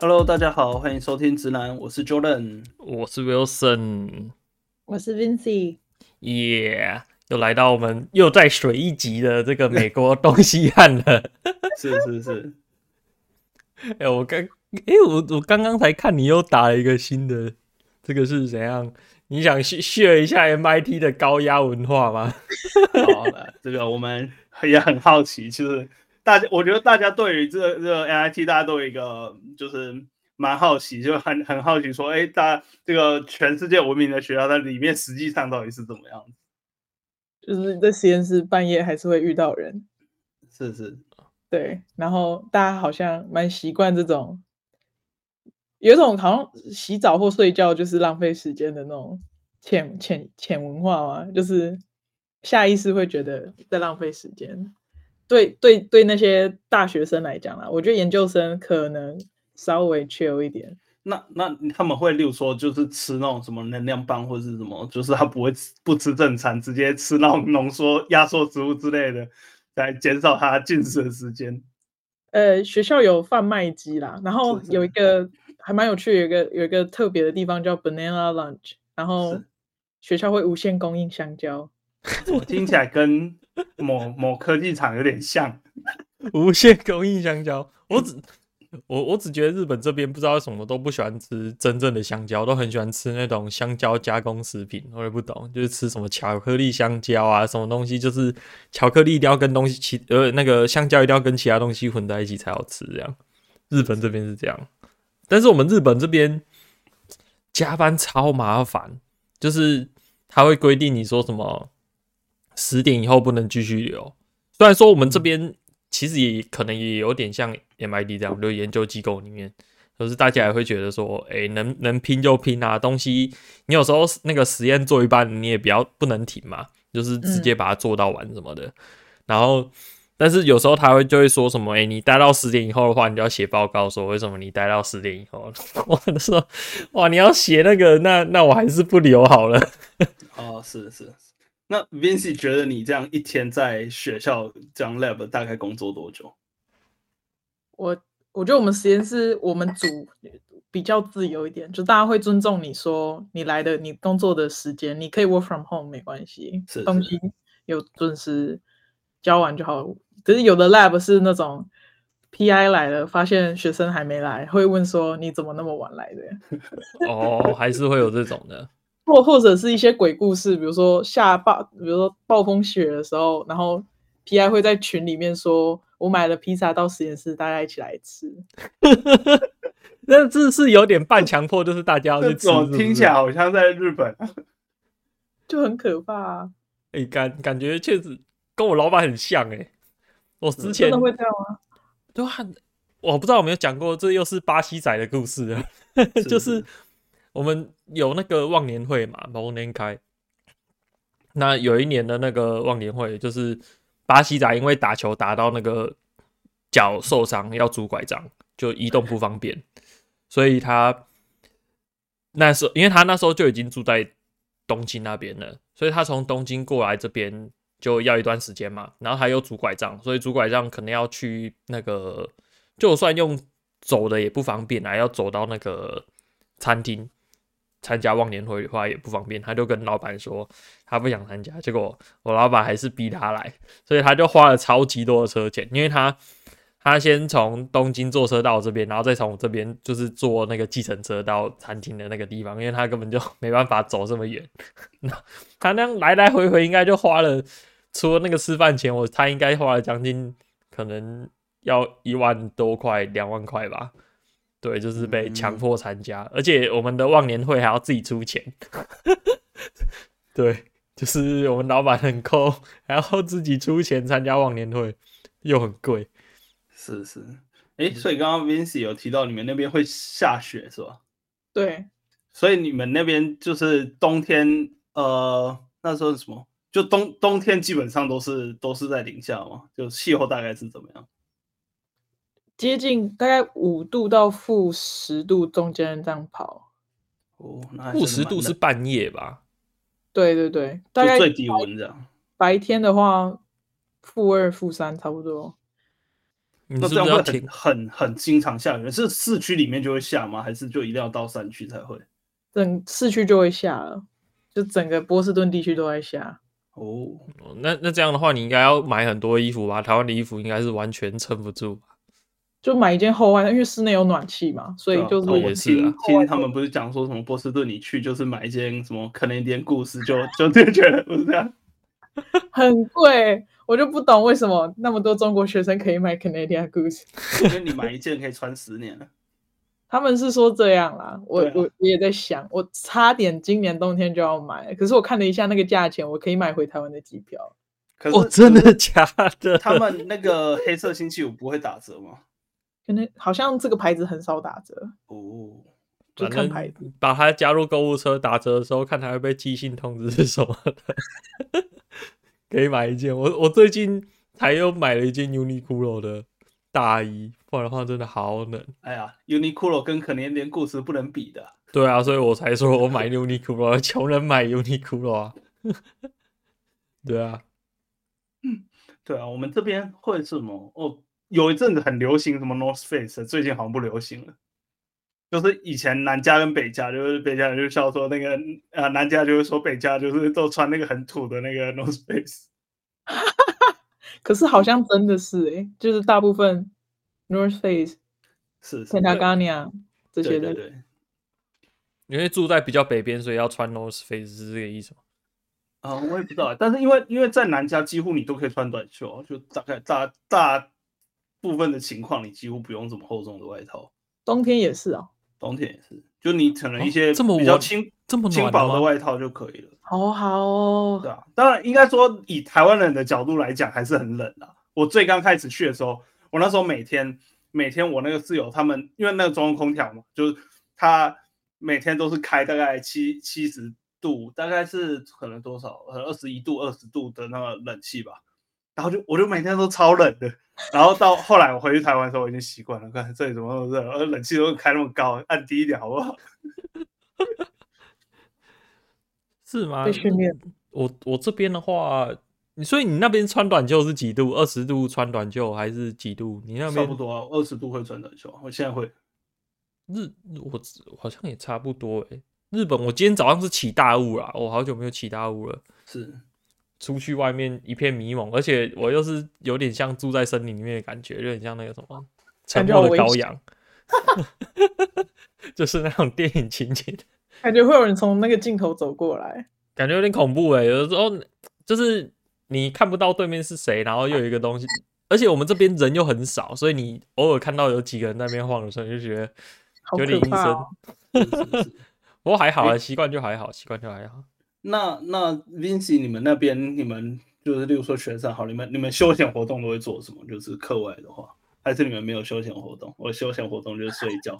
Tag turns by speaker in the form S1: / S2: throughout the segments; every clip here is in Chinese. S1: Hello，大家好，欢迎收听直男，我是 Jordan。
S2: 我是 Wilson，
S3: 我是 Vincy，
S2: 耶、又来到我们又在水一集的这个美国东西岸了。
S1: 是是是，
S2: 哎、我刚，哎、我我刚刚才看你又打了一个新的，这个是怎样？你想炫炫一下 MIT 的高压文化吗？
S1: 好了，这个我们也很好奇，就是大家，我觉得大家对于这个这个 NIT，大家都有一个就是蛮好奇，就很很好奇说，哎，大这个全世界闻名的学校，它里面实际上到底是怎么样子？
S3: 就是在实验室半夜还是会遇到人，
S1: 是是，
S3: 对，然后大家好像蛮习惯这种，有一种好像洗澡或睡觉就是浪费时间的那种潜潜潜文化嘛，就是下意识会觉得在浪费时间。对对对，那些大学生来讲啦，我觉得研究生可能稍微 chill 一点，
S1: 那那他们会，例如说，就是吃那种什么能量棒，或是什么，就是他不会吃不吃正餐，直接吃那种浓缩压缩食物之类的，来减少他进食的时间。
S3: 呃，学校有贩卖机啦，然后
S1: 是
S3: 有一个还蛮有趣的，有一个有一个特别的地方叫 banana lunch，然后学校会无限供应香蕉，
S1: 怎么听起来跟某某科技厂有点像？
S2: 无限供应香蕉，我只我我只觉得日本这边不知道为什么都不喜欢吃真正的香蕉，都很喜欢吃那种香蕉加工食品，我也不懂，就是吃什么巧克力香蕉啊，什么东西，就是巧克力一定要跟东西其呃那个香蕉一定要跟其他东西混在一起才好吃，这样。日本这边是这样，但是我们日本这边加班超麻烦，就是他会规定你说什么十点以后不能继续留。虽然说我们这边其实也可能也有点像 MIT 这样，就是研究机构里面，就是大家也会觉得说，哎、能能拼就拼啊，东西你有时候那个实验做一半，你也不要不能停嘛，就是直接把它做到完什么的。然后，但是有时候他会就会说什么，哎、你待到十点以后的话，你就要写报告说为什么你待到十点以后。 我就说，哇，你要写那个，那那我还是不留好了。
S1: 哦，是是。那 Vinci 觉得你这样一天在学校这样 lab 大概工作多久？
S3: 我我觉得我们实验室我们组比较自由一点，就大家会尊重你说你来的你工作的时间，你可以 work from home 没关系，
S1: 是
S3: 东
S1: 是
S3: 西有准时交完就好。可是有的 lab 是那种 PI 来了，发现学生还没来，会问说你怎么那么晚来的？
S2: 哦，还是会有这种的。
S3: 或或者是一些鬼故事，比如说下暴，比如说暴风雪的时候，然后 PI 会在群里面说：“我买了披萨到实验室，大家一起来吃。
S2: 那这是有点半强迫，就是大家要
S1: 这
S2: 去吃。
S1: 种听起来好像在日本。”
S3: 就很可怕、啊，
S2: 哎、感感觉确实跟我老板很像哎、我之前
S3: 真的会这样吗？
S2: 对啊，我不知道有没有讲过，这又是巴西仔的故事了。 就是我们有那个忘年会嘛，逢年开。那有一年的那个忘年会，就是巴西仔因为打球打到那个脚受伤，要拄拐杖，就移动不方便，所以他那时候，因为他那时候就已经住在东京那边了，所以他从东京过来这边就要一段时间嘛。然后他又拄拐杖，所以拄拐杖可能要去那个，就算用走的也不方便啊，要走到那个餐厅参加忘年会的话也不方便。他就跟老板说他不想参加，结果我老板还是逼他来，所以他就花了超级多的车钱，因为他。他先从东京坐车到我这边，然后再从我这边就是坐那个计程车到餐厅的那个地方，因为他根本就 没办法走这么远。那他那样来来回回应该就花了，除了那个吃饭钱，我他应该花了将近可能要一万多块、两万块吧。对，就是被强迫参加，而且我们的忘年会还要自己出钱。 对，就是我们老板很抠，还要自己出钱参加忘年会，又很贵。
S1: 是是，哎，所以刚刚 Vinci 有提到你们那边会下雪是吧？
S3: 对，
S1: 所以你们那边就是冬天，呃，那时候是什么？就冬冬天基本上都是都是在零下嘛，就气候大概是怎么样？
S3: 接近大概五度到负十度中间这样跑。
S1: 哦，那还真的
S2: 负十度
S1: 蛮
S2: 是
S1: 冷
S2: 半夜吧？
S3: 对对对，大概
S1: 就最低温这样。
S3: 白天的话，负二、负三差不多。
S2: 你
S1: 那
S2: 是
S1: 这样
S2: 不是要
S1: 会
S2: 停
S1: 很？很很经常下雨？是市区里面就会下吗？还是就一定要到山区才会？
S3: 整市区就会下了，就整个波士顿地区都在下。
S1: 哦，
S2: 哦那那这样的话，你应该要买很多衣服吧？台湾的衣服应该是完全撑不住吧？
S3: 就买一件厚外套，因为室内有暖气嘛，所以
S1: 对啊
S3: 就
S1: 哦
S2: 哦
S1: 我
S2: 也
S3: 是
S2: 是啊
S1: 听听他们不是讲说什么波士顿，你去就是买一件什么 Canadian 故事，就就就觉得不是这样。
S3: 很贵，我就不懂为什么那么多中国学生可以买 Canadian Goose。
S1: 因为你买一件可以穿十年了。
S3: 他们是说这样啦，我、
S1: 对啊
S3: 我我也在想，我差点今年冬天就要买了，可是我看了一下那个价钱，我可以买回台湾的机票。
S1: 可是
S2: 哦，真的假的？
S1: 他们那个黑色星期五不会打折吗？
S3: 可能好像这个牌子很少打折，
S1: 哦，
S3: 就
S2: 反
S3: 看牌
S2: 正
S3: 子。
S2: 把它加入购物车打折的时候，看它会被寄信通知是什么的， 可以买一件。我我最近才又买了一件 Uniqlo 的大衣，不然的话真的好冷。
S1: 哎呀，Uniqlo 跟 Canadian 故事不能比的。
S2: 对啊，所以我才说我买 Uniqlo，穷人买 Uniqlo 啊。 对啊，
S1: 对啊，我们这边会什么？哦，有一阵子很流行什么 North Face，最近好像不流行了。就是以前南家跟北家，就是北家人就笑说那个呃南家就会说北家就是都穿那个很土的那个 North Face。
S3: 可是好像真的是诶、就是大部分 North Face、
S1: 是是，对
S3: Patagonia 这些
S1: 对
S3: 的
S1: 对，对，
S2: 因为住在比较北边，所以要穿 North Face 是这个意思吗？
S1: 啊、我也不知道，但是因为因为在南加几乎你都可以穿短袖，啊就大概大大部分的情况你几乎不用怎么厚重的外套，
S3: 冬天也是哦。
S1: 冬天也是，就你可能一
S2: 哦
S1: 些
S2: 这么
S1: 比较
S2: 晚
S1: 轻、
S2: 这么
S1: 轻
S2: 暖
S1: 薄
S2: 的
S1: 的
S2: 吗？
S1: 外套就可以了，
S3: 好好哦
S1: 对，啊，当然应该说以台湾人的角度来讲还是很冷啊。我最刚开始去的时候，我那时候每天每天我那个室友他们因为那个中央空调嘛，就是他每天都是开大概七七十度，大概是可能多少呃二十一度二十度的那个冷气吧。然后就我就每天都超冷的，然后到后来我回去台湾的时候，我已经习惯了，看这里怎么那么热，呃冷气都开那么高，按低一点好不好？
S2: 是吗
S3: 被？训练。
S2: 我我这边的话，你所以你那边穿短袖是几度？二十度穿短袖还是几度？你那
S1: 差
S2: 边
S1: 不多啊，二十度会穿短袖，我现在会。
S2: 日我好像也差不多诶、日本我今天早上是起大雾啦，我好久没有起大雾了。
S1: 是，
S2: 出去外面一片迷蒙，而且我又是有点像住在森林里面的感觉，有点像那个什么沉
S3: 感觉
S2: 默的
S3: 好危
S2: 羔
S3: 险
S2: 羊， 就是那种电影情节，
S3: 感觉会有人从那个镜头走过来，
S2: 感觉有点恐怖哎、有的时候就是你看不到对面是谁，然后又有一个东西，而且我们这边人又很少，所以你偶尔看到有几个人在那边晃的时候，你就觉得
S3: 好
S2: 有点
S3: 可
S2: 阴
S3: 怕
S2: 森。
S3: 哦！
S1: 是是是
S2: 不过还好 啊，
S1: 诶
S2: 习惯就还好，习惯就还好。
S1: 那那 Vinci，你们那边你们就是，例如说学生好，你们你们休闲活动都会做什么？就是课外的话，还是你们没有休闲活动？我休闲活动就是睡觉。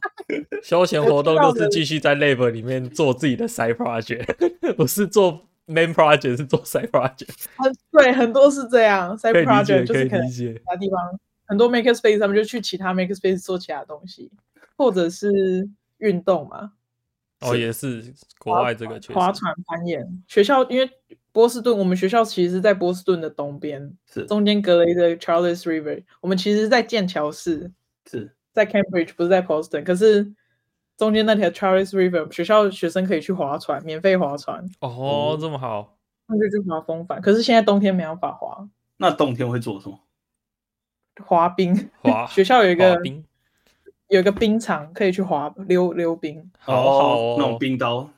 S2: 休闲活动
S3: 我
S2: 就
S3: 知道
S2: 是
S3: 了
S2: 继续在 Lab 里面做自己的 side project，不 是做 main project，是做 side project。
S3: 很对，很多是这样，side
S2: 可以理解，
S3: project 就
S2: 可以
S3: 是可能
S2: 理解
S3: 其。他地方很多 maker space，他们就去其他 maker space 做其他东西，或者是运动嘛，
S2: 哦，
S1: 是
S2: 也是国外这个确
S3: 划
S2: 实，
S3: 船、攀岩。学校因为波士顿，我们学校其实是在波士顿的东边，
S1: 是
S3: 中间隔了一个 Charles River。我们其实，在剑桥市，
S1: 是
S3: 在 Cambridge，不是在 Boston。可是中间那条 Charles River，学校学生可以去划船，免费划船，
S2: 哦，这么好，
S3: 他们就去划风帆。可是现在冬天没办法划，
S1: 那冬天会做什么？
S3: 滑 冰。
S2: 滑
S3: 学校有一
S2: 滑
S3: 个
S2: 冰，
S3: 有一个冰场可以去滑溜溜冰，
S2: 好好
S1: 那
S2: 哦
S1: 种。冰刀，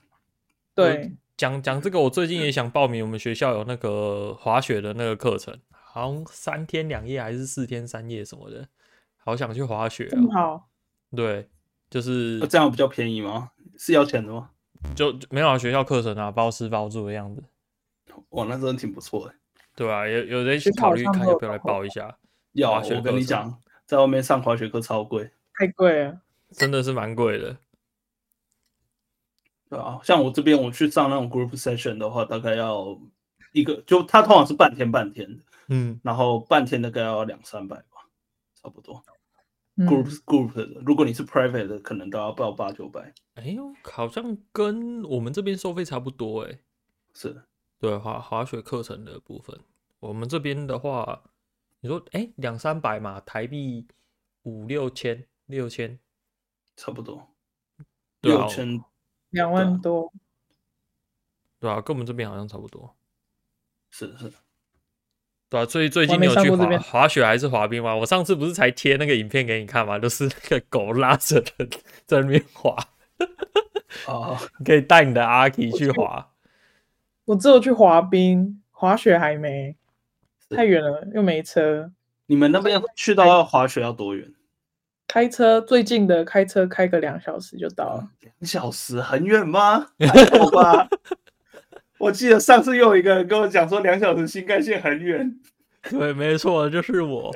S3: 对，
S2: 讲讲这个，我最近也想报名，我们学校有那个滑雪的那个课程，好像三天两夜还是四天三夜什么的，好想去滑雪
S3: 这么
S2: 哦。
S3: 好。
S2: 对，就是
S1: 那哦这样比较便宜吗？是要钱的吗？
S2: 就就没有啊学校课程啊，包吃包住的样子。
S1: 哇，那真的挺不错的。
S2: 对啊，有有人
S3: 学校
S2: 考虑
S3: 好像
S2: 看
S3: 都有
S2: 要不要来
S3: 这种
S2: 报一下，
S1: 要
S2: 滑雪
S1: 我跟
S2: 课
S1: 你
S2: 程
S1: 讲，在外面上滑雪课超贵，
S3: 太贵了，
S2: 真的是蛮贵的。
S1: 对啊，像我这边我去上那种 group session 的话，大概要一个，就它通常是半天半天的，
S2: 嗯，
S1: 然后半天大概要两三百吧，差不多。
S3: 嗯，
S1: group group 的，如果你是 private 的，可能都要报八九百。
S2: 哎呦，好像跟我们这边收费差不多哎、啊
S1: 是，
S2: 对滑滑雪课程的部分，我们这边的话，你说哎两三百嘛，台币五六千六千，
S1: 差不多
S2: 对
S1: 六
S2: 啊
S1: 千
S3: 两万多，
S2: 对啊，跟我们这边好像差不多，
S1: 是是，
S2: 对啊，所以最近
S3: 我
S2: 你
S3: 还没
S2: 有
S3: 上
S2: 去
S3: 过这
S2: 滑
S3: 边
S2: 滑雪还是滑冰吗？我上次不是才贴那个影片给你看吗？就是那个狗拉着人在那边滑，
S1: 哦，
S2: 你可以带你的阿 K 去滑。
S3: 我只有去滑冰，滑雪还没，
S1: 是
S3: 太远了，又没车，
S1: 你们那边去
S2: 哎
S1: 到要滑雪要多远？
S3: 开车最近的开车开个两小时就到了。
S1: 两小时很远吗？还好吧。 我记得上次又有一个人跟我讲说两小时新干线很远，
S2: 对，没错，就是我。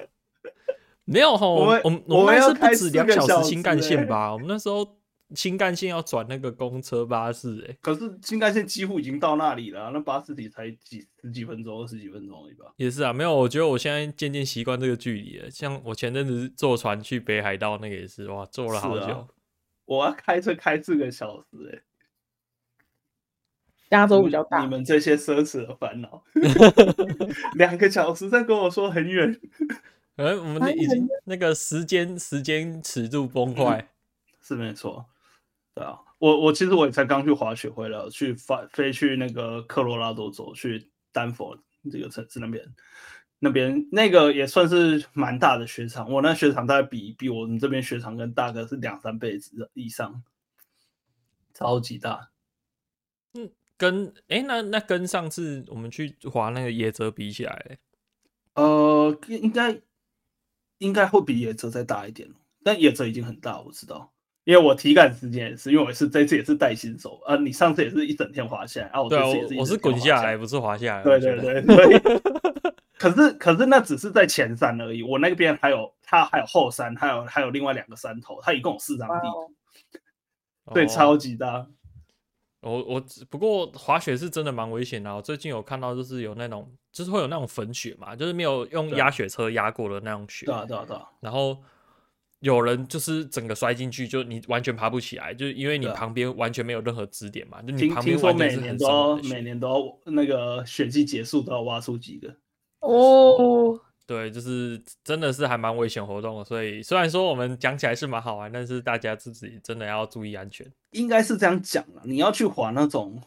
S2: 没有哈，
S1: 我
S2: 我
S1: 们
S2: 我们
S1: 我
S2: 们
S1: 们
S2: 那
S1: 要
S2: 是不
S1: 开
S2: 止
S1: 四
S2: 两
S1: 个
S2: 小
S1: 小
S2: 时新
S1: 时
S2: 干线
S1: 欸
S2: 吧？我们那时候新干线要转那个公车巴士，哎，
S1: 可是新干线几乎已经到那里了啊、那巴士底才几十几分钟、二十几分钟而已吧。
S2: 也是啊，没有，我觉得我现在渐渐习惯这个距离了。像我前阵子坐船去北海道那个也是，哇，坐了好
S1: 是啊
S2: 久。
S1: 我要开车开四个小时、欸，
S3: 加州比较大
S1: 你，们这些奢侈的烦 恼，两个小时再跟我说很远，
S2: 可能我们
S1: 啊
S3: 哎
S2: 已
S3: 很
S2: 经那个时间时间尺度
S1: 嗯
S2: 崩坏，
S1: 是没错。对啊，我我其实我也才刚去滑雪回来，去发飞去那个科罗拉多州，去丹佛这个城市那边，那边那个也算是蛮大的雪场。我那雪场大概比比我们这边雪场跟大概是两三倍之以上，超级大。
S2: 跟哎、那那跟上次我们去滑那个野泽比起来、欸，
S1: 呃，应该应该会比野泽再大一点咯但野泽已经很大，我知道，因为我体感时间也是，因为我是这次也是带新手，呃，你上次也是一整天滑下来，啊，我
S2: 对啊，
S1: 这次也是
S2: 我
S1: 一
S2: 我是
S1: 整天
S2: 滚
S1: 滑
S2: 下
S1: 下
S2: 来，不是滑下来，
S1: 对
S2: 我觉
S1: 对
S2: 得，
S1: 对，所以 可是可是那只是在前山而已，我那边还有它还有后山，还有还有另外两个山头，它一共有四张
S3: 哇
S1: 地，
S3: 哦
S1: 对，
S2: 哦
S1: 超级大，
S2: 我我只不过滑雪是真的蛮危险的啊、我最近有看到就是有那种就是会有那种粉雪嘛，就是没有用
S1: 对啊
S2: 压雪车压过的那种雪，
S1: 对啊对啊对啊，
S2: 然后有人就是整个摔进去，就你完全爬不起来，就是因为你
S1: 对啊
S2: 旁边完全没有任何支点嘛，就你
S1: 听
S2: 旁
S1: 听
S2: 边
S1: 说
S2: 完全
S1: 每
S2: 是
S1: 年
S2: 很
S1: 都
S2: 少
S1: 要
S2: 的雪
S1: 每年都要那个雪季结束都要挖出几个，
S3: 哦，
S2: 对，就是真的是还蛮危险活动的，所以虽然说我们讲起来是蛮好玩，但是大家自己真的要注意安全。
S1: 应该是这样讲了，你要去滑那种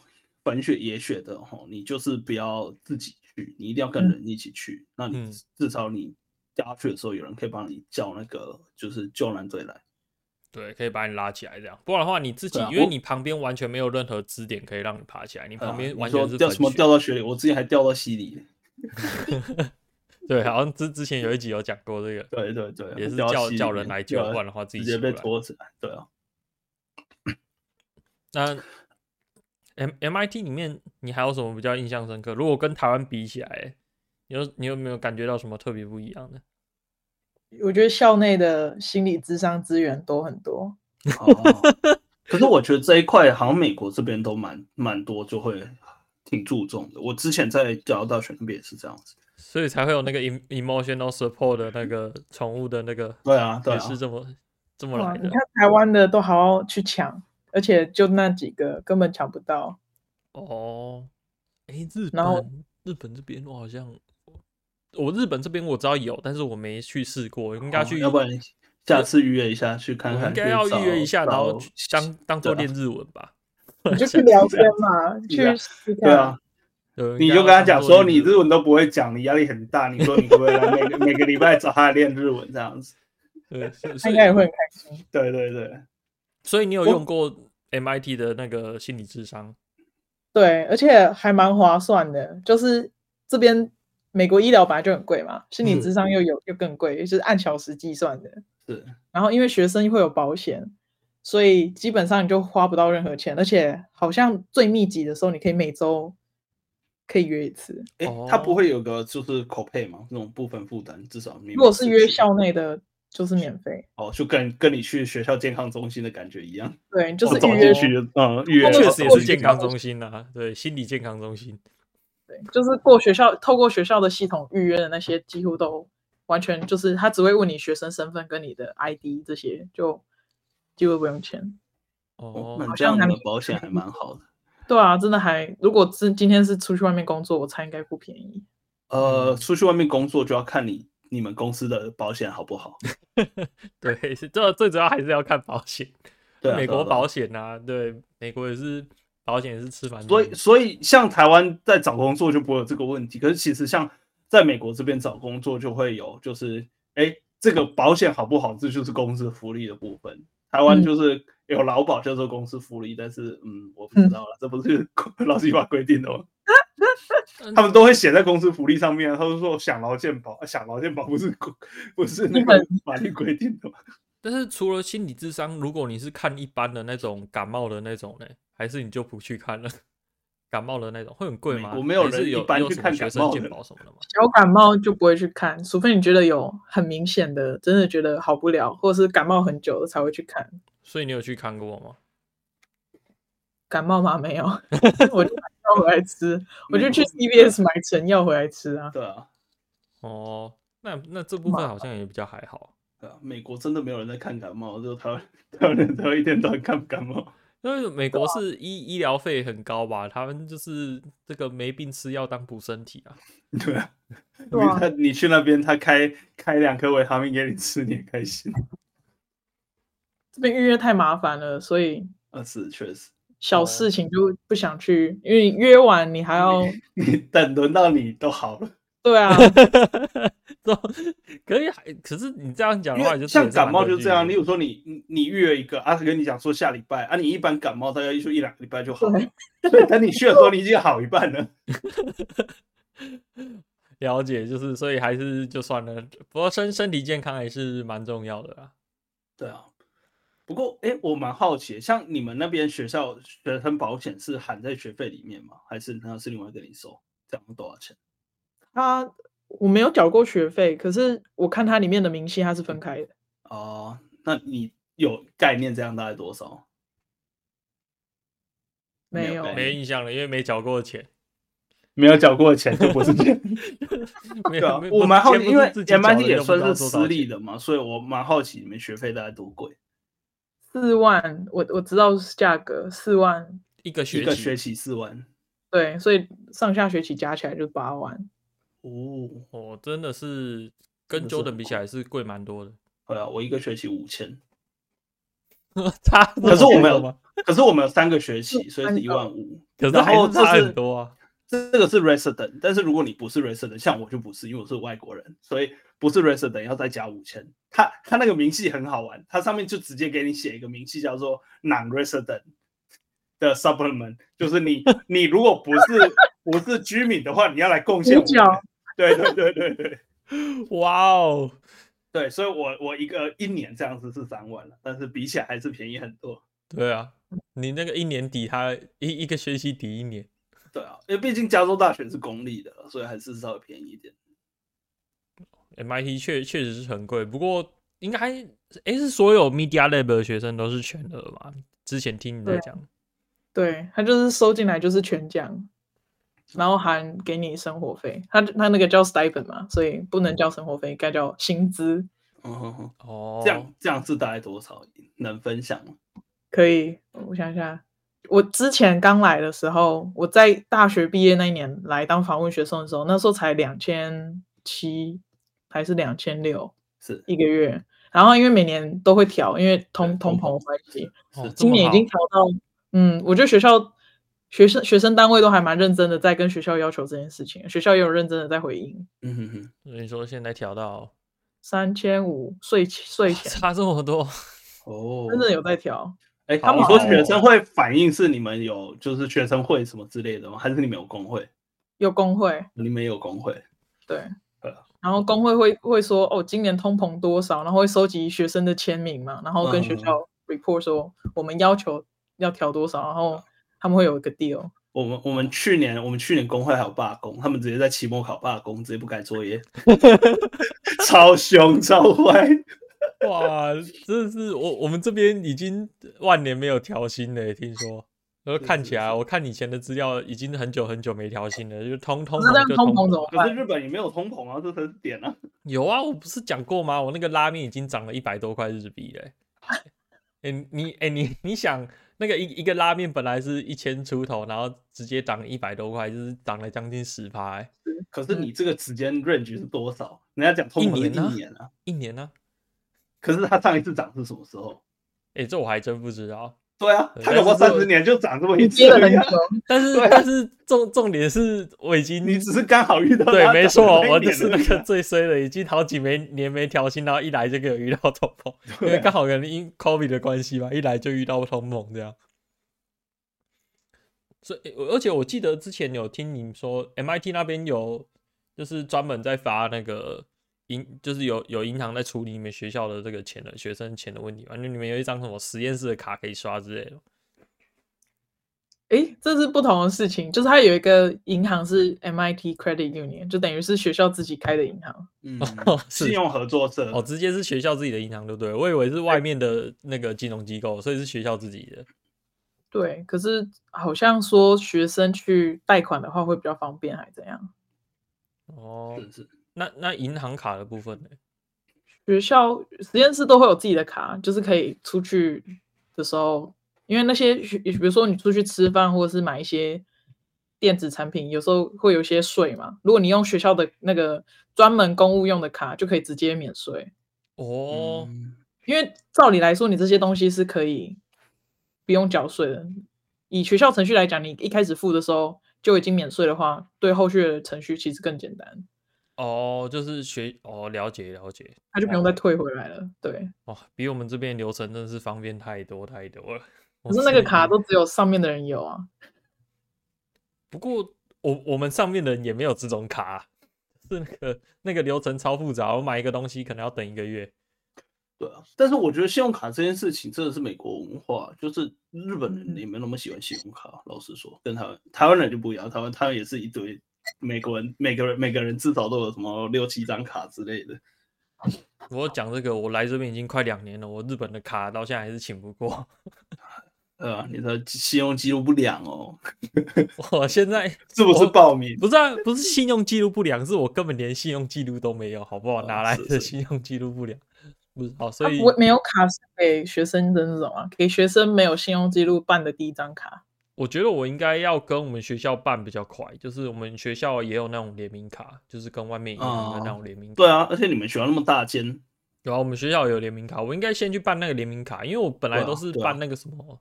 S1: 粉雪野雪的吼，你就是不要自己去，你一定要跟
S3: 嗯
S1: 人一起去，那你
S2: 嗯
S1: 至少你掉下去的时候有人可以帮你叫那个就是救援队来。
S2: 对，可以把你拉起来这样，不然的话你自己，
S1: 对啊
S2: 因为
S1: 我
S2: 你旁边完全没有任何支点可以让你爬起来，你
S1: 呃
S2: 旁边
S1: 你
S2: 完
S1: 说
S2: 全是
S1: 掉
S2: 粉
S1: 什么
S2: 雪
S1: 掉到雪里，我之前还掉到溪里。
S2: 对，好像之之前有一集有讲过这个，
S1: 对对对，
S2: 也是
S1: 掉到
S2: 叫
S1: 溪里
S2: 叫
S1: 面
S2: 人来救，
S1: 对啊
S2: 不然的话自己
S1: 直接
S2: 起
S1: 被
S2: 不来
S1: 拖起来。对 啊，
S2: 那 M M I T 里面你还有什么比较印象深刻？如果跟台湾比起来，你有你有没有感觉到什么特别不一样的？
S3: 我觉得校内的心理智商资源多很多。
S1: 哦可是我觉得这一块好像美国这边都蛮蛮多，就会挺注重的。我之前在加拿大学那边也是这样子。
S2: 所以才会有那个 em- emotional support 的那个宠物的那个，
S1: 对啊，对
S2: 也
S1: 啊，
S2: 是这么这么
S3: 哇，
S2: 来的
S3: 你看台湾的都好好去抢，而且就那几个根本抢 不到。
S2: 哦。诶，日
S3: 然后
S2: 本日本这边我好像我日本这边我知道有，但是我没去试过，应该
S1: 哦
S2: 去，
S1: 要不然下次预约一下去看
S2: 我
S1: 看。
S2: 应该要
S1: 去找
S2: 预约一下，然后
S1: 找
S2: 去当当做
S1: 对啊
S2: 练日文吧。
S3: 你就去聊天嘛，
S1: 是啊
S3: 去试
S1: 对啊，
S2: 对
S1: 你
S2: 应该
S1: 就跟
S2: 要
S1: 他
S2: 当
S1: 讲
S2: 作
S1: 说
S2: 练
S1: 你
S2: 文
S1: 日文都不会讲，你压力很大。你说你会不会来每个每个礼拜找他练日文这样子？
S2: 对，所
S3: 他
S2: 所以
S3: 应该也会很开心。
S1: 对对对，
S2: 所以你有
S1: 我
S2: 用过 MIT 的那个心理智商？
S3: 对，而且还蛮划算的，就是这边美国医疗本来就很贵嘛，心理
S1: 嗯
S3: 智商又有、又更贵，就是按小时计算的。
S1: 是
S3: 然后因为学生会有保险，所以基本上你就花不到任何钱，而且好像最密集的时候，你可以每周可以约一次。
S1: 哎，他
S2: 哦
S1: 不会有个就是口配嘛，那种部分负担，至少你
S3: 如果是
S1: 每次
S3: 约
S1: 去
S3: 校内的，就是免费。
S1: 哦，就跟跟你去学校健康中心的感觉一样，
S3: 对，就
S1: 我
S3: 是
S1: 走
S3: 预
S1: 进
S3: 约，
S1: 去就嗯预约
S3: 那
S1: 了，
S3: 对
S2: 确
S3: 我
S2: 实
S3: 有
S2: 也
S3: 过
S2: 是
S3: 去
S2: 健
S3: 过
S2: 康中心呐、对，心理健康中心。
S3: 对，就是过学校透过学校的系统预约的那些，几乎都完全就是他只会问你学生身份跟你的 ID 这些，就几乎不用钱。
S1: 哦
S2: 哦，
S1: 那
S3: 好
S1: 这
S3: 像
S1: 样
S3: 还
S1: 的
S3: 没
S1: 保险还蛮好的。
S3: 对啊，真的还，如果是今天是出去外面工作，我猜应该不便宜。
S1: 呃，出去外面工作就要看你你们公司的保险好不好？
S2: 对，是这最主要还是要看保险，
S1: 对啊，
S2: 美
S1: 对啊
S2: 国
S1: 对啊
S2: 保险啊，对，美国也是保险也是吃饭，
S1: 所以，所以像台湾在找工作就不会有这个问题，可是其实像在美国这边找工作就会有，就是哎、诶这个保险好不好，这就是公司福利的部分。台湾
S3: 嗯
S1: 就是有劳保叫做公司福利，但是嗯，我不知道了，这不是 劳基法规定的吗？他们都会写在公司福利上面，他们说享劳健保，呃享劳健保不是公 不是那个法律规定的吗？
S2: 但是除了心理智商，如果你是看一般的那种感冒的那种呢，还是你就不去看了？ 感冒的那种会很贵吗？
S1: 美国没有
S2: 还是
S1: 人
S2: 有
S1: 一般
S2: 有
S1: 去
S2: 什么
S1: 看
S2: 学
S1: 感
S2: 生
S1: 冒
S2: 健
S1: 的
S2: 保什么的吗？
S3: 小感冒就不会去看，除非你觉得有很明显的，真的觉得好不了，或者是感冒很久了才会去看。
S2: 所以你有去看过吗？
S3: 感冒吗？没有，我就买药回来吃，我就去
S1: 美国
S3: CVS 买成药回来吃啊。
S1: 对啊，
S2: 哦，那那这部分好像也比较还好，
S1: 对啊，美国真的没有人在看感冒，只有台湾台湾人才会一天到晚看感冒。
S2: 因为美国是
S1: 啊
S2: 医医疗费很高吧，他们就是这个没病吃药当补身体啊。
S1: 对啊，
S3: 对啊
S1: 他你去那边，他开开两颗维他命给你吃，你也开心。
S3: 这边预约太麻烦了，所以
S1: 啊，是确实，
S3: 小
S2: 哦
S3: 事情就不想去，因为约完你还 要
S1: 你等轮到你都好了。
S3: 对啊，
S2: 这可以还可是你这样讲的
S1: 因
S2: 话，就
S1: 为
S2: 是
S1: 像
S2: 也是蛮
S1: 感冒
S2: 多
S1: 就
S2: 距
S1: 这样，
S2: 离
S1: 例
S2: 的
S1: 如说你你你预约一个啊，他跟你讲说下礼拜啊，你一般感冒大概就一两个礼拜就好了， 所以等你去的时候你已经好一半了。
S2: 了解，就是所以还是就算了。不过身身体健康还是蛮重要的啦。
S1: 对啊，不过哎，诶我蛮好奇，像你们那边学校学生保险是含在学费里面吗？还是那是另外跟你收？这样多少钱？
S3: 他我没有缴过学费，可是我看它里面的明细它是分开的，
S1: 哦、那你有概念这样大概多少？没有
S3: 没有
S1: 概念
S2: 没印象了，因为没缴过钱。
S1: 没有缴过的钱就不是 钱。
S2: 没
S1: 对啊
S2: 有，没，有
S1: 我蛮好奇，因为 MIT 也算是私。
S2: 不
S1: 立
S2: 是自己缴的就不知道多少钱
S1: 的嘛，所以我蛮好奇你们学费大概多贵？
S3: 四万，我我知道是价格四万，
S2: 一个
S1: 一
S2: 学
S1: 个
S2: 期
S1: 学期四万。
S3: 对，所以上下学期加起来就八万，
S1: 哦，
S2: 哦，真的是
S1: 真
S2: 跟
S1: 的是哦很
S2: Jordan 比起来是贵蛮多 的。
S1: 对啊，我一个学期五千，
S2: 差这么
S1: 可是我
S2: 多
S1: 们有
S2: 吗？
S1: 可是我们有三个学期，所以是
S3: 三
S1: 一
S3: 个
S1: 万五。
S2: 可是
S1: 然
S2: 还
S1: 后
S2: 是
S1: 这
S2: 差
S1: 是
S2: 很多啊。
S1: 这这个是 resident，但是如果你不是 resident，像我就不是，因为我是外国人，所以不是 resident 要再加五千。他他那个明细很好玩，他上面就直接给你写一个明细叫做 non resident 的 supplement，就是你你如果不是不是居民的话，你要来贡献
S3: 补
S1: 我们
S3: 缴。
S1: 对对对对对
S2: 哇哦，
S1: 对，所以我我一个一年这样子是三万了，但是比起来还是便宜很多。
S2: 对啊，你那个一年抵他一一个学期抵一年，
S1: 对啊，因为毕竟加州大学是公立的，所以还是稍微便宜一点。
S2: MIT 确确实是很贵，不过应该诶是所有 Media Lab 的学生都是全额吧？之前听你在
S3: 对啊
S2: 讲，
S3: 对，他就是收进来就是全奖，然后含给你生活费，他他那个叫 stipend 嘛，所以不能叫生活费，该叫薪资，
S1: 嗯哼哼，
S2: 哦，
S1: 这样这样是大概多少？能分享吗？
S3: 可以，我想一下。我之前刚来的时候，我在大学毕业那一年来当访问学生的时候，那时候才两千七还是两千六
S1: 是
S3: 一个月，然后因为每年都会调，因为通
S1: 通
S3: 通
S1: 膨
S3: 膨的关系，
S2: 哦这
S3: 今
S2: 么
S3: 年已
S2: 好
S3: 经调到，嗯，我觉得学校学生学生单位都还蛮认真的在跟学校要求这件事情，学校也有认真的在回应。
S1: 嗯哼哼，
S2: 所以说现在调到
S3: 三千五税前税前
S2: 差这么多，
S1: 哦
S3: 真的有在调，
S1: 哎，
S2: 他
S1: 你
S2: 们
S1: 说
S2: 好像
S1: 学
S2: 有
S1: 生会反映是你们有就是学生会什么之类的吗？还是你们有工会？
S3: 有工会
S1: 你们也有工会？
S3: 对
S1: 对，
S3: 然后工会会会说哦，今年通膨多少，然后会收集学生的签名嘛，然后跟学
S1: 嗯
S3: 校 report 说我们要求要调多少，然后他们会有一个 deal。
S1: 我们我们去年我们去年工会还有罢工，他们直接在期末考罢工，直接不改作 业，超凶超坏。
S2: 哇，真的是我我们这边已经万年没有调薪了耶，听说。然后
S1: 是
S2: 看
S1: 是
S2: 起来，
S1: 是
S2: 我看以前的资料已经很久很久没调薪了，就通通
S3: 可是这样
S2: 就
S3: 通
S2: 通
S3: 膨
S2: 膨
S3: 怎么
S1: 可是
S3: 办？
S1: 日本也没有通膨啊，这才是点啊。
S2: 有啊，我不是讲过吗？我那个拉面已经涨了一百多块日币嘞、哎、你哎、你你想那个一一个拉面本来是一千出头，然后直接涨一百多块，就是涨了将近十趴、欸。
S1: 可是你这个时间 range 是多少？人家讲通常是
S2: 一年啊
S1: 一年啊，
S2: 一年呢、
S1: 可是它上一次涨是什么时候？
S2: 哎、这我还真不知道。
S1: 对啊，
S2: 对
S1: 它搞不好三
S2: 但是这
S1: 十年就涨这么
S3: 你
S1: 一
S3: 接
S1: 次
S3: 了
S1: 而
S3: 很
S1: 已啊，
S3: 久，
S2: 但是、
S1: 对啊
S2: 但是重重点是我已经
S1: 你只是刚好遇到
S2: 对，
S1: 它
S2: 没
S1: 涨
S2: 错，
S1: 那一
S2: 我
S1: 年
S2: 就是
S1: 而
S2: 那
S1: 已
S2: 个
S1: 啊
S2: 最衰的，已经好几没年没调薪，然后一来就给我遇到通膨， 因
S1: 对
S2: 为
S1: 啊
S2: 刚好可能因 COVID 的关系吧，一来就遇到通膨这样。所以，而且我记得之前有听你说，MIT 那边有就是专门在发那个银，就是有有银行在处理你们学校的这个钱的学生钱的问题嘛，反正你们有一张什么实验室的卡可以刷之类 的。
S3: 诶，这是不同的事情，就是它有一个银行是 MIT Credit Union，就等于是学校自己开的银行。
S1: 嗯
S2: 哦是
S1: 信用合作社
S2: 哦，直接是学校自己的银行，对不对？我以为是外面的那个金融机构，所以是学校自己的。
S3: 对，可是好像说学生去贷款的话会比较方便，还怎样？
S2: 哦，
S1: 是是
S2: 那那银行卡的部分呢？
S3: 学校实验室都会有自己的卡，就是可以出去的时候，因为那些学比如说你出去吃饭或者是买一些电子产品，有时候会有一些税嘛。如果你用学校的那个专门公务用的卡，就可以直接免税。
S2: 哦，
S1: 嗯
S3: 因为照理来说，你这些东西是可以不用缴税的。以学校程序来讲，你一开始付的时候就已经免税的话，对后续的程序其实更简单，
S2: 哦，就是学哦，了解了解。
S3: 它就不用再退回来了。对，
S2: 哦，比我们这边流程真的是方便太多太多了。我
S3: 可是
S2: 们
S3: 那
S2: 这
S3: 个
S2: 边
S3: 卡，都只有上面的人有啊。
S2: 不过我我们上面的人也没有这种卡啊、是那个那个流程超复杂，我买一个东西可能要等一个月。
S1: 对啊，但是我觉得信用卡这件事情真的是美国文化，就是日本人也没那么喜欢信用卡。老实说，跟台湾台湾人就不一样，台湾他们也是一堆美国人，每个人每个人至少都有什么六七张卡之类的。
S2: 我讲这个，我来这边已经快两年了，我日本的卡到现在还是请不过。
S1: 呃，你的信用记录不良哦，
S2: 我现在
S1: 是不是报名？
S2: 不是啊，不是信用记录不良，是我根本连信用记录都没有，好不好？
S1: 哦
S2: 哪来
S1: 是
S2: 的
S1: 是
S2: 信用记录不良？不是好，
S3: 它
S2: 所以
S3: 啊不会没有卡是给学生的那种啊，给学生没有信用记录办的第一张卡。
S2: 我觉得我应该要跟我们学校办比较快，就是我们学校也有那种联名卡，就是跟外面银行的那种联名卡。
S1: 对啊，而且你们学校那么大间，
S2: 有啊，我们学校有联名卡，我应该先去办那个联名卡，因为我本来
S1: 对啊
S2: 都是
S1: 对啊
S2: 办那个什么，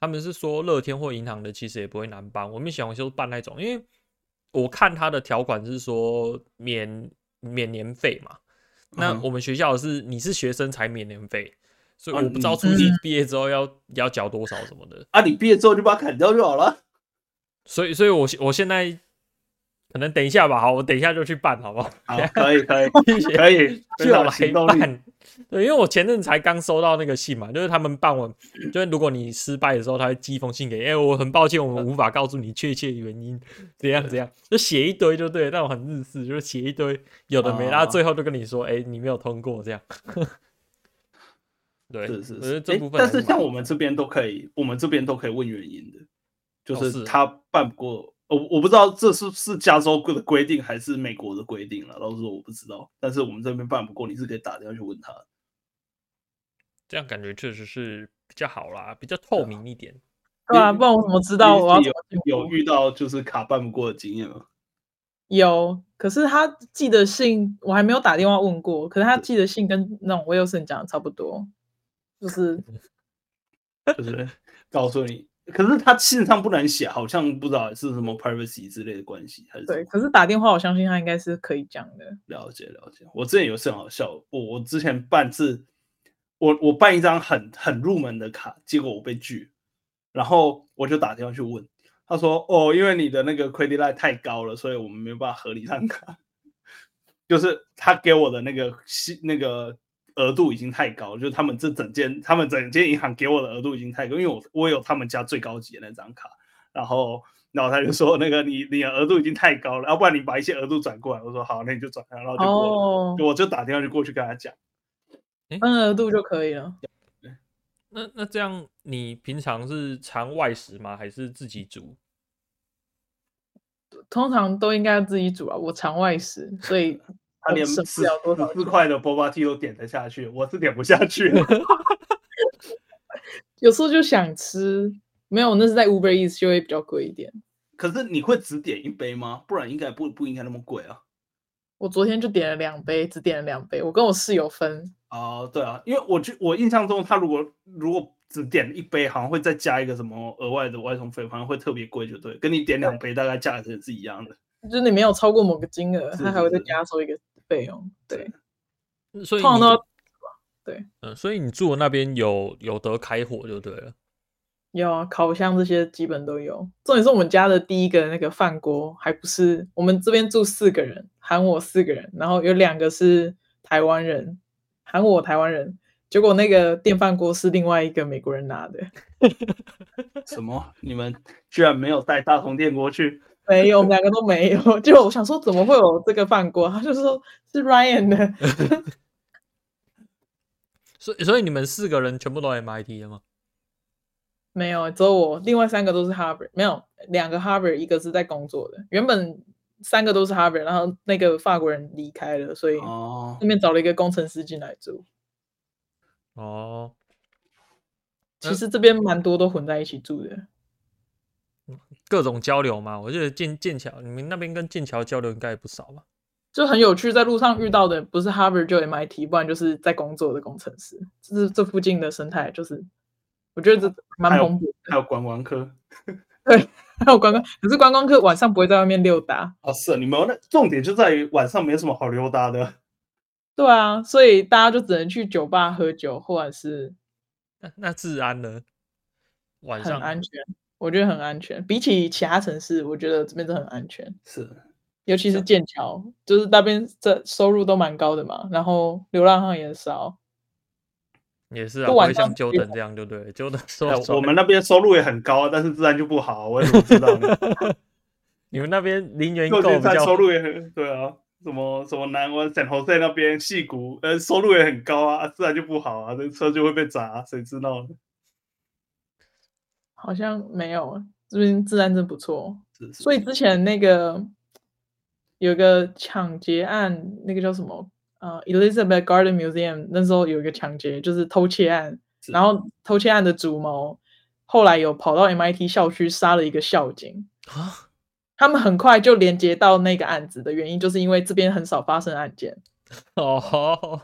S2: 他们是说乐天或银行的，其实也不会难办。我们想就是办那种，因为我看他的条款是说免免年费嘛，那
S1: 嗯哼
S2: 我们学校是你是学生才免年费，所以
S1: 啊
S2: 我不知道
S1: 你
S2: 出去毕业之后要、要缴多少什么的，
S1: 啊，你毕业之后就把它砍掉就好了。
S2: 所以所以我现我现在可能等一下吧，好，我等一下就去办，好不好？
S1: 好，可以可以
S2: 谢谢。
S1: 可 以，非
S2: 就
S1: 常有
S2: 来
S1: 行动力。
S2: 办。对，因为我前阵子才刚收到那个信嘛，就是他们办完，就是如果你失败的时候，他会寄一封信给你，哎、我很抱歉，我们无法告诉你确切原因，怎样怎样，就写一堆就对了，那种很日式，就是写一堆有的没的，
S1: 哦
S2: 然后最后就跟你说，哎、你没有通过这样。 对，
S1: 是是
S2: 我觉得
S1: 是，
S2: 这
S1: 诶
S2: 部分还
S1: 但
S2: 蛮，
S1: 是像我们这边都可以，我们这边都可以问原因的，就
S2: 哦是
S1: 是
S2: 啊
S1: 他办不过，我我不知道这是是加州的规定还是美国的规定了，老实说我不知道，但是我们这边办不过，你是可以打电话去问他的。
S2: 这样感觉确实是比较好啦，比较透明一点。
S3: 对啊，
S1: 你
S3: 不然我怎么知道
S1: 你
S3: 我要
S1: 你
S3: 怎么进
S1: 有
S3: 步
S1: 遇到就是卡办不过的经验吗？
S3: 有，可是他寄的信我还没有打电话问过，可是他寄的信跟那种 Wilson 讲的差不多，就是
S1: 就是告诉你，可是他信上不能写，好像不知道是什么 privacy 之类的关系还是什
S3: 对。
S1: 么。
S3: 可是打电话我相信他应该是可以讲的。
S1: 了解了解，我之前有一次很好笑，我我之前办是，我我办一张很很入门的卡，结果我被拒，然后我就打电话去问，他说哦，因为你的那个 credit line 太高了，所以我们没有办法合理上卡，就是他给我的那个息那个额度已经太高，就是他们这整间他们整间银行给我的额度已经太高，因为我我有他们家最高级的那张卡，然后然后他就说那个你你的额度已经太高了，要不然你把一些额度转过来。我说好，那你就转，然后就过了。
S3: 哦，
S1: 我就打电话就过去跟他讲，
S3: 按额度就可以了。
S2: 那那这样，你平常是常外食吗？还是自己煮？
S3: 通常都应该自己煮啊，我常外食，所以
S1: 他
S3: 我
S1: 连
S3: 哦省
S1: 四
S3: 不了多少
S1: 四
S3: 钱
S1: 块的波霸 T 都点得下去，我是点不下去。
S3: 有时候就想吃，没有，那是在 Uber Eats 就会比较贵一点。
S1: 可是你会只点一杯吗？不然应该不不应该那么贵啊。
S3: 我昨天就点了两杯，只点了两杯，我跟我室友分。
S1: 哦，对啊，因为我觉我印象中，他如果如果只点一杯，好像会再加一个什么额外的外送费，好像会特别贵，就对。跟你点两杯，大概价钱是一样的。
S3: 就是你没有超过某个金额，
S1: 是
S3: 他还会
S1: 是
S3: 再
S1: 是
S3: 加收一个费用。对，
S2: 所以
S3: 通常
S2: 你
S3: 都要
S2: 嗯，所以你住的那边有有得开火就对了。
S3: 有啊，烤箱这些基本都有。重点是我们家的第一个那个饭锅，还不是我们这边住四个人，喊我四个人，然后有两个是台湾人，喊我台湾人。结果那个电饭锅是另外一个美国人拿的，
S1: 什么？你们居然没有带大同电锅去？
S3: 没有，我们两个都没有。 就我想说，怎么会有这个饭锅？他就说是 Ryan 的，
S2: 所以所以你们四个人全部都 MIT 的吗？
S3: 没有，只有我，另外三个都是 Harvard，没有两个 Harvard，一个是在工作的。原本三个都是 Harvard，然后那个法国人离开了，所以
S1: 哦
S3: 那，边找了一个工程师进来住。
S2: 哦，
S3: 其
S2: 嗯
S3: 实这边蛮多都混在一起住的，
S2: 各种交流嘛。我记得剑剑桥，你们那边跟剑桥交流应该也不少吧？
S3: 就很有趣。在路上遇到的不是 Harvard 就 MIT，不然就是在工作的工程师。这是这附近的生态，就是我觉得这蛮
S1: 还有
S3: 蓬勃的。
S1: 还有观光客。
S3: 还有观光，可是观光客晚上不会在外面溜达。
S1: 哦，是啊你们那重点就在于晚上没什么好溜达的。
S3: 对啊，所以大家就只能去酒吧喝酒，或者是
S2: 那那治安呢？晚
S3: 很
S2: 上
S3: 安全。我觉得很安全，比起其他城市，我觉得这边真的很安全。
S1: 是，
S3: 尤其是剑桥，就是那边这收入都蛮高的嘛，然后流浪汉也少。
S2: 也是啊，
S3: 就
S2: 不
S3: 晚
S2: 会像
S3: 上
S2: Jordan 这样，对不对？Jordan 说
S1: 哎
S2: 爽
S1: 我们那边收入也很高，啊但是自然就不好。我也不知道呢？
S2: 你们那边零元购
S1: 旧金
S2: 比
S1: 山
S2: 较
S1: 收入也很对啊，什么什么南湾、San Jose 那边、戏谷，呃，收入也很高啊，自然就不好啊，这车就会被砸、啊谁知道呢？
S3: 好像没有，这边治安真不错。
S1: 是是
S3: 所以之前那个有个抢劫案，那个叫什么？呃，Elizabeth Garden Museum 那时候有一个抢劫，就是偷窃案，
S1: 是
S3: 然后偷窃案的主谋后来有跑到 MIT 校区杀了一个校警。
S2: 啊，
S3: 他们很快就连接到那个案子的原因，就是因为这边很少发生案件，
S2: 哦，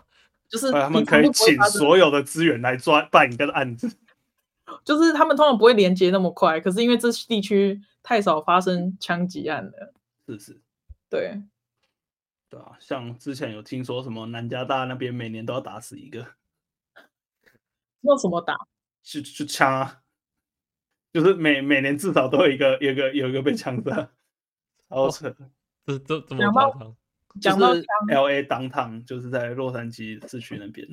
S3: 就是
S1: 哎他们
S3: 平常
S1: 可以
S3: 都不会
S1: 请
S3: 发生
S1: 所有的资源来抓办一个案子，
S3: 就是他们通常不会连接那么快，可是因为这地区太少发生枪击案了，
S1: 是是，
S3: 对，
S1: 对啊，像之前有听说什么南加大那边每年都要打死一个，
S3: 用什么打？
S1: 就就枪啊，就是每每年至少都有一个有一个有一个被枪杀，超扯。
S2: 这这这么
S3: 然后
S2: 夸张？
S3: 讲到
S1: 就是 L A 当趟，就是在洛杉矶市区那边，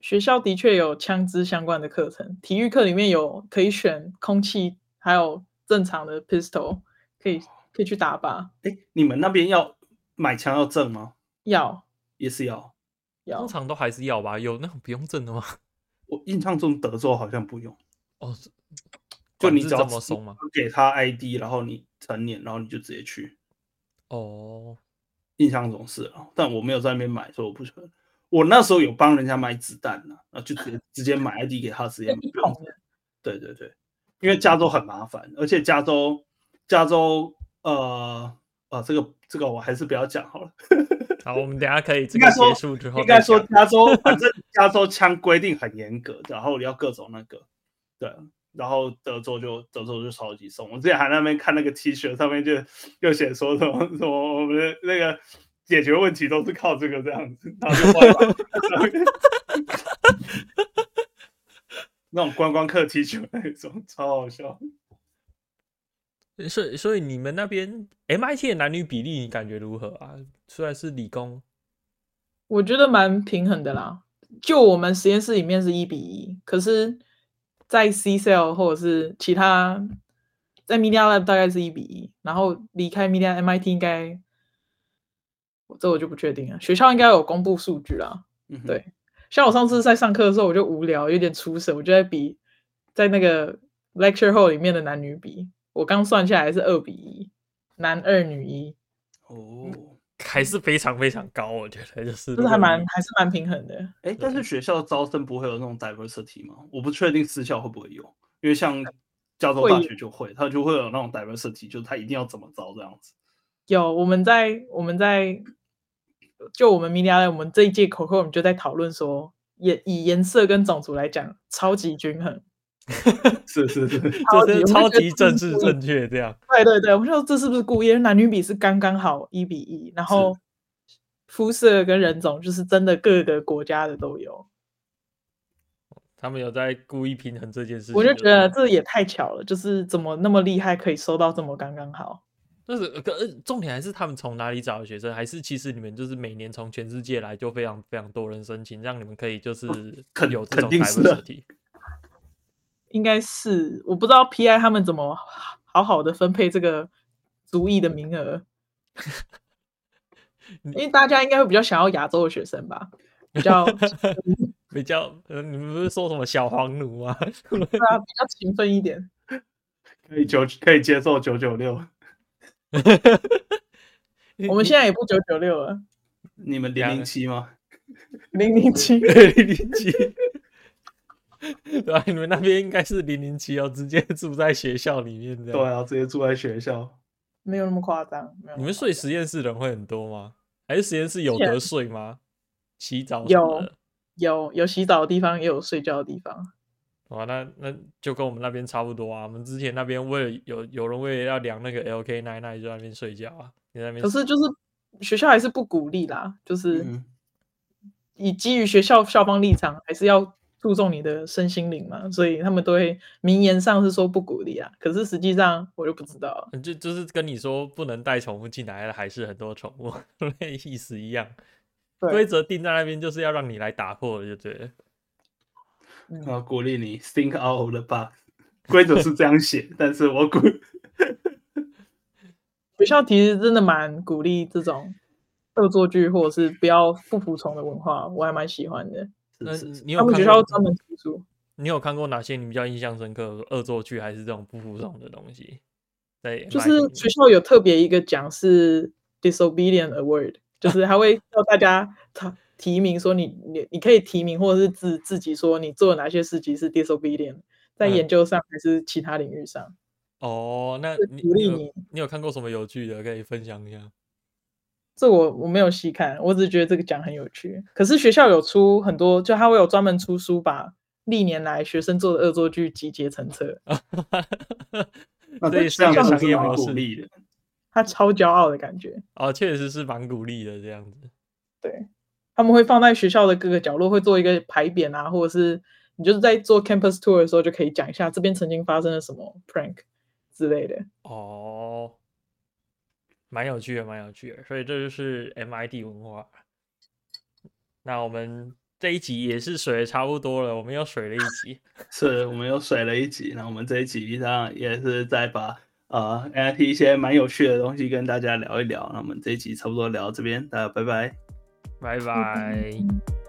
S3: 学校的确有枪支相关的课程，体育课里面有可以选空气，还有正常的 pistol，可以可以去打靶，
S1: 哎，你们那边要买枪要证吗？
S3: 要
S1: 也是要，
S3: 要
S2: 通，常都还是要吧，有那种不用证的吗？
S1: 我印象中德州好像不用，
S2: 哦，
S1: 就
S2: 管
S1: 你只
S2: 制这
S1: 要
S2: 么松吗？
S1: 给他 ID，然后你成年，然后你就直接去。
S2: 哦，
S1: 印象中是啊，但我没有在那边买，所以我不晓得。我那时候有帮人家买子弹呢、啊，就直接直接买 ID 给他，直接买
S3: 一
S1: 不用
S3: 桶的
S1: 对对对，因为加州很麻烦，而且加州加州呃呃，这个这个我还是不要讲好了。
S2: 好，我们等一下可以这
S1: 应
S2: 个
S1: 该说
S2: 结束之后
S1: 应该
S2: 再
S1: 说
S2: 讲
S1: 加州，反正加州枪规定很严格，然后要各种那个，对，然后德州就德州就超级松。我之前还在那边看那个 T 恤，上面就又写说什么什么我们的那个解决问题都是靠这个这样子，然后就换了 那种观光客 T 恤那种，超好笑。
S2: 所以，所以你们那边 MIT 的男女比例你感觉如何啊？虽然是理工，
S3: 我觉得蛮平衡的啦。就我们实验室里面是一比一，可是，在 C cell 或者是其他在 Media Lab 大概是一比一，然后离开 Media MIT 应该，我这我就不确定了。学校应该有公布数据啦。
S1: 嗯哼
S3: 对像我上次在上课的时候，我就无聊，有点出神，我就在比在那个 lecture hall 里面的男女比，我刚算下来是二比一，男二女一，
S1: 哦，
S2: 还是非常非常高，我觉得就是
S3: 就是还蛮还是蛮平衡的。
S1: 哎，但是学校招生不会有那种 diversity 吗？我不确定私校会不会有，因为像加州
S3: 会
S1: 大
S3: 有
S1: 学就会，它就会有那种 diversity，就是它一定要怎么着这样子。
S3: 有我们在我们在就我们米 e d 我们这一届口口，我们就在讨论说，颜以颜色跟种族来讲，超级均衡。
S1: 是是是，
S3: 超
S2: 这
S3: 级
S2: 是
S3: 我
S2: 超
S3: 会觉得
S2: 级
S3: 这
S2: 政
S3: 是
S1: 嗯
S2: 治
S3: 故意
S2: 正确这样。
S3: 对对对，我们说这是不是故意？男女比是刚刚好一比一，然后肤色跟人种就是真的各个国家的都有。
S2: 他们有在故意平衡这件事情，
S3: 我就觉
S2: 对
S3: 得
S2: 了
S3: 这也太巧了，就是怎么那么厉害，可以收到这么刚刚好。
S2: 就是可呃重点还是他们从哪里找的学生，还是其实你们就是每年从全世界来就非常非常多人申请，让你们可以就是
S1: 哦肯
S2: 有这
S1: 肯
S2: 种
S1: 定是的
S2: diversity。
S3: 应该是我不知道 PI 他们怎么好好的分配这个族裔的名额，
S2: 你
S3: 因为大家应该会比较想要亚洲的学生吧，比 较对
S2: 比较呃，你们不是说什么小黄奴吗？
S3: 啊，比较勤奋一点。
S1: 可以九可以接受九九六，
S3: 我们现在也不九九六了，
S1: 你们零
S2: 两。
S1: 零七吗？
S3: 零零 七
S2: 零零七，对啊，你们那边应该是零零七哦，直接住在学校里面这
S1: 对
S2: 样。
S1: 啊，直接住在学校。
S3: 没有那么夸张。没有那么
S2: 你们睡实验室人会很多吗？还是实验室有
S3: 是
S2: 得睡吗？洗澡什么
S3: 有
S2: 的。
S3: 有有洗澡的地方，也有睡觉的地方。
S2: 哇，那那就跟我们那边差不多啊。我们之前那边为了有有人为了要量那个 LK 奶奶就在那边睡觉啊，你在那边
S3: 可是就是学校还是不鼓励啦，就是
S1: 嗯，
S3: 以基于学校校方立场，还是要注重你的身心灵嘛。所以他们都会名言上是说不鼓励啊，可是实际上我就不知道了。
S2: 就就是跟你说不能带宠物进来，还是很多宠物 那意思一样。规
S3: 对，
S2: 则定在那边就是要让你来打破的，就对了。
S3: 嗯
S1: 我鼓励你 think out of the box。规则是这样写，但是我鼓
S3: 学校其实真的蛮鼓励这种恶作剧或者是不要不服从的文化，我还蛮喜欢的。
S2: 那
S1: 是是
S2: 你
S3: 他
S2: 有
S3: 们学
S2: 看
S3: 校
S2: 过
S3: 专门提出，
S2: 你有看过哪些你比较印象深刻的恶作剧，还是这种不服从的东西？对，
S3: 就是学校有特别一个奖是 disobedient award，就是他会叫大家他提名说你你你可以提名或者是自自己说你做了哪些事情是 disobedient，在
S2: 嗯
S3: 研究上还是其他领域上，
S2: 哦，那
S3: 会
S2: 你
S3: 鼓励
S2: 有
S3: 你
S2: 你有看过什么有趣的可以分享一下？
S3: 这我我没有细看，我只是觉得这个奖很有趣。可是学校有出很多，就他会有专门出书把历年来学生做的恶作剧集结成册，
S1: 那
S2: 这也是
S1: 这样
S2: 一个
S1: 子
S2: 商
S1: 是
S2: 业
S1: 蛮
S2: 模
S1: 鼓
S2: 式
S1: 励的。
S3: 他超骄傲的感觉。
S2: 哦，确实是蛮鼓励的这样子。
S3: 对，他们会放在学校的各个角落，会做一个牌匾啊，或者是你就是在做 campus tour 的时候就可以讲一下这边曾经发生了什么 prank 之类的。
S2: 哦，蛮有趣的，蛮有趣的。所以这就是 MIT 文化。那我们这一集也是水的差不多了，我们又水了一集。
S1: 是我们又水了一集，那我们这一集上也是在把呃 NIT 一些蛮有趣的东西跟大家聊一聊。那我们这一集差不多聊到这边，大家拜拜。
S2: 拜拜。
S3: 嗯